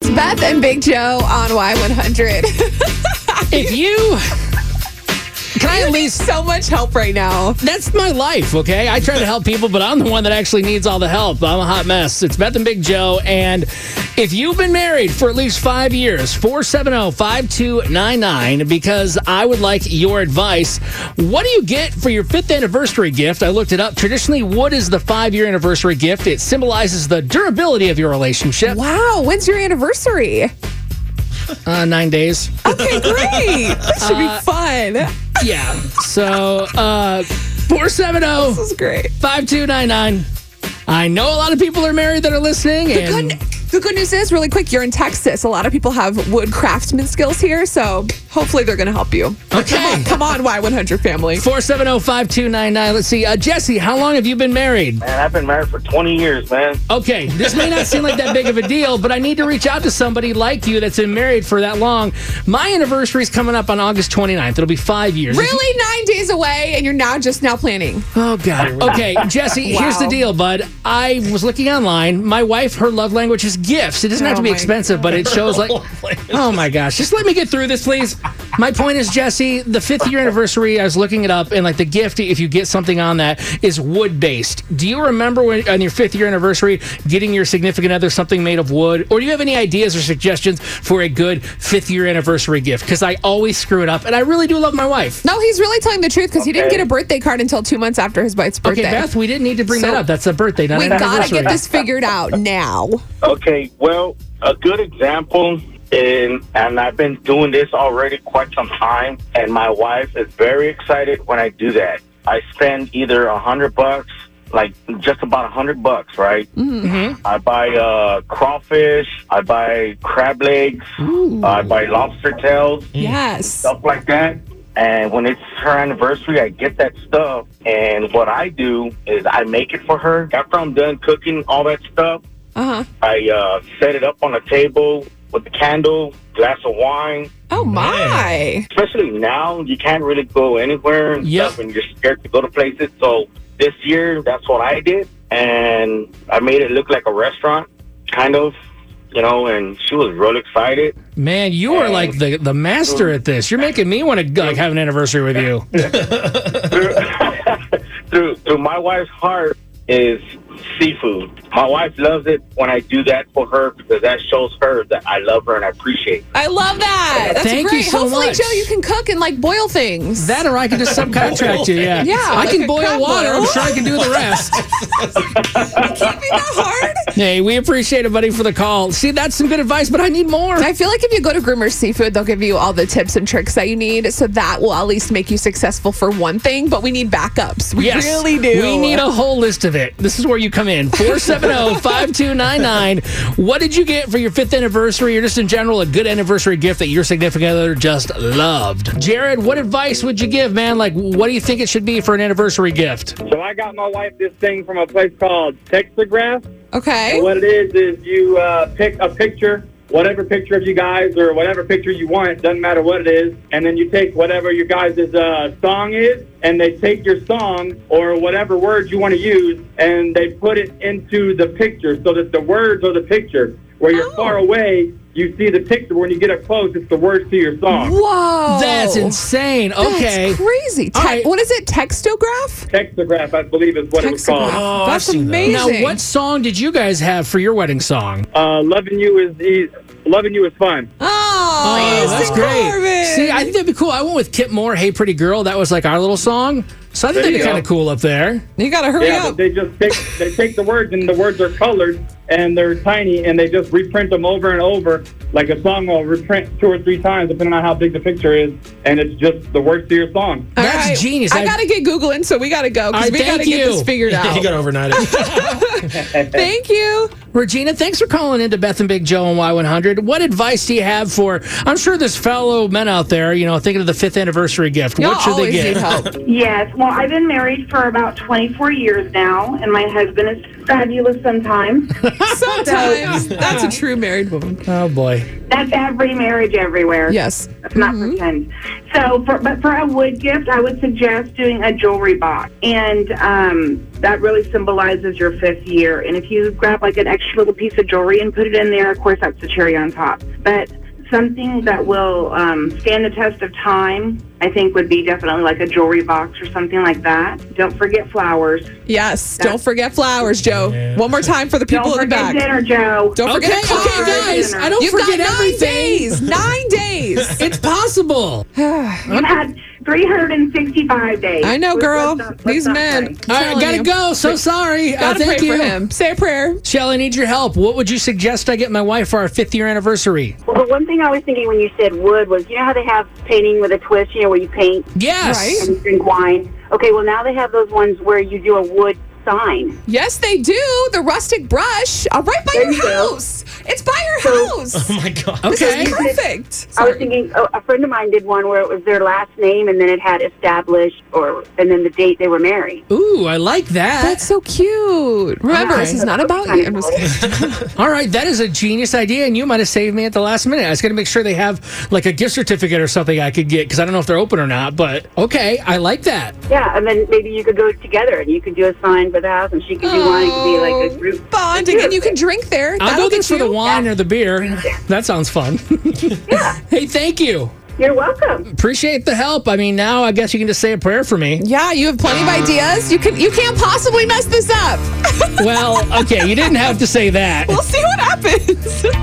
Beth and Big Joe on Y100. If you. Can I at I need least. so much help right now. That's my life, okay? I try to help people, but I'm the one that actually needs all the help. I'm a hot mess. It's Beth and Big Joe. And if you've been married for at least five years, 470 5299, because I would like your advice. What do you get for your fifth anniversary gift? I looked it up. Traditionally, wood is the five year anniversary gift, it symbolizes the durability of your relationship. Wow, when's your anniversary? Uh, nine days. Okay, great. This should be fun. This Yeah. So, uh, 470 is great. 5299. I know a lot of people are married that are listening. The and good, the good news is, really quick, you're in Texas. A lot of people have wood craftsman skills here, so hopefully they're going to help you. Okay. Come on, Y100 family. 470 5299. Let's see. Uh, Jesse, how long have you been married? Man, I've been married for 20 years, man. Okay, this may not seem like that big of a deal, but I need to reach out to somebody like you that's been married for that long. My anniversary is coming up on August 29th. It'll be five years. Really, nine days away, and you're now just now planning. Oh God. Okay, Jesse. Here's the Wow. deal, bud. I was looking online. My wife, her love language is gifts. It doesn't have to Oh, be my expensive, but it shows like. Oh my gosh! Just let me get through this, please. My point is, Jesse, the fifth year anniversary. I was looking it up, and like the gift, if you get something on that, is wood based. Do you remember when on your fifth year anniversary getting your significant other something made of wood, or do you have any ideas or suggestions for a good fifth year anniversary gift? Because I always screw it up, and I really do love my wife. No, he's really telling the truth because he didn't Okay. get a birthday card until two months after his wife's Okay, birthday. Beth, we didn't need to bring So- that up. That's a birthday, not we an got to anniversary. get this figured out now. Okay, well, a good example, and and I've been doing this already quite some time, and my wife is very excited when I do that. I spend either a hundred bucks, like just about a hundred bucks, right? Mm-hmm. I buy uh, crawfish, I buy crab legs, I buy lobster tails, Yes. stuff like that. And when it's her anniversary, I get that stuff. And what I do is I make it for her. After I'm done cooking all that stuff, Uh huh. I uh, set it up on a table with a candle, glass of wine. Oh my. Especially now, you can't really go anywhere and Yeah. stuff, and you're scared to go to places. So this year, that's what I did, and I made it look like a restaurant, kind of, you know. And she was real excited. Man, you are like the, the master at this. You're making me want to like have an anniversary with you. through, through through my wife's heart is seafood. My wife loves it when I do that for her because that shows her that I love her and I appreciate. I love that. That's Thank you great. so Hopefully, much. Joe, you can cook and like boil things. That or I can just subcontract you. Yeah, Yeah, I like can a boil crab water. I'm boil. sure I can do the rest. Can't be that hard. hey, we appreciate it, buddy, for the call. See, that's some good advice, but I need more. I feel like if you go to Groomer's Seafood, they'll give you all the tips and tricks that you need. So that will at least make you successful for one thing, but we need backups. We Yes. really do. We need a whole list of it. This is where you come in. oh, 470-5299. What did you get for your fifth anniversary or just in general a good anniversary gift that your significant other just loved? Jared, what advice would you give, man? Like what do you think it should be for an anniversary gift? So I got my wife this thing from a place called Textograph. Okay. And what it is is you uh, pick a picture, whatever picture of you guys or whatever picture you want, doesn't matter what it is, and then you take whatever your guys' uh, song is, and they take your song or whatever word you want to use, and they put it into the picture so that the words are the picture. Where you're Oh. far away, you see the picture. When you get up close, it's the words to your song. Whoa. That's insane. Oh. That's Okay. crazy. Te- All right. What is it? Textograph? Textograph, I believe, is Oh, what it was called. Textograph. That's I've seen that. amazing. Now, what song did you guys have for your wedding song? Uh, loving you is e- loving you is fun. Oh, Easton Corbin. See, I think that'd be cool. I went with Kip Moore, Hey Pretty Girl. That was like our little song. So I think that'd be you go. kind of cool up there. you gotta hurry Yeah, up. but they just take they take the words and the words are colored and they're tiny and they just reprint them over and over like a song will reprint two or three times depending on how big the picture is and it's just the words to your song. All That's genius. I, I- gotta get googling, so we gotta go All because right, we thank gotta get you. this figured out. You got to overnight it. Thank you. Regina, thanks for calling into Beth and Big Joe and Y100. What advice do you have for, I'm sure there's fellow men out there, you know, thinking of the fifth anniversary gift. Y'all what should they always need get? help. Yes. Well, I've been married for about 24 years now, and my husband is fabulous sometimes. Sometimes that's a true married woman. Oh boy. That's every marriage everywhere. Yes. Let's not pretend. So, for, but for a wood gift, I would suggest doing a jewelry box, and um, that really symbolizes your fifth year. And if you grab like an extra little piece of jewelry and put it in there, of course, that's the cherry on top. But something that will um, stand the test of time, I think, would be definitely like a jewelry box or something like that. Don't forget flowers. Yes. Don't forget flowers, Joe. Yeah. One more time for the people Don't in the back. forget dinner, Joe. Don't forget Okay, a card. okay, guys. I don't You've forget got nine everything. days. Nine days. It's possible. You've had 365 days. I know, Let's- girl. let's not- let's These not men. play. All right, Telling gotta you. go. So sorry. Uh, Gotta thank pray you. for him. Say a prayer. Shell, I need your help. What would you suggest I get my wife for our fifth year anniversary? Well, one thing I was thinking when you said wood was, you know how they have painting with a twist, you know, where you paint Yes. Right? and you drink wine. Okay, well now they have those ones where you do a wood sign. Yes, they do. The rustic brush. Uh, right by your house. It's by your house. my God. Okay. It's perfect. I was Sorry. thinking oh, a friend of mine did one where it was their last name and then it had established or and then the date they were married. Ooh, I like that. That's so cute. Remember, Okay. this is not about you. I'm just kidding. All right, that is a genius idea, and you might have saved me at the last minute. I was going to make sure they have like a gift certificate or something I could get because I don't know if they're open or not. But okay, I like that. Yeah, and then maybe you could go together and you could do a sign for the house and she could do one. It could be Oh, like a group bonding, and you can drink there. I'll That'll go there get for the you- wine or the beer. That sounds fun. Hey, thank you. You're welcome. Appreciate the help. I mean, now I guess you can just say a prayer for me. Yeah, you have plenty of Uh. ideas. You can. You can't possibly mess this up. Well, okay, you didn't have to say that. we'll see what happens.